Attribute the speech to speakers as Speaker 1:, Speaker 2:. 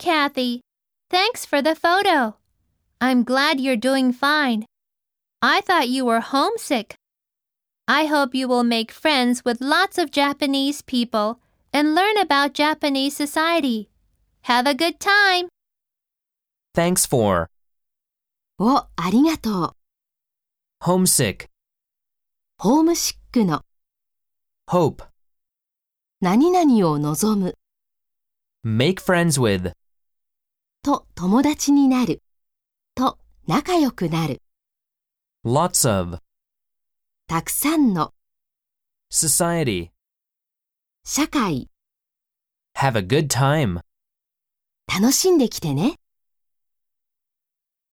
Speaker 1: Kathy. Thanks for the photo. I'm glad you're doing fine. I thought you were homesick. I hope you will make friends with lots of Japanese people and learn about Japanese society. Have a good time.
Speaker 2: Thanks for
Speaker 3: をありがとう。
Speaker 2: homesick,
Speaker 3: ホームシックの
Speaker 2: hope,
Speaker 3: 何々を望む
Speaker 2: make friends with,
Speaker 3: と友達になると仲良くなる
Speaker 2: lots of,
Speaker 3: たくさんの
Speaker 2: society,
Speaker 3: 社会
Speaker 2: have a good time.
Speaker 3: 楽しんできてね。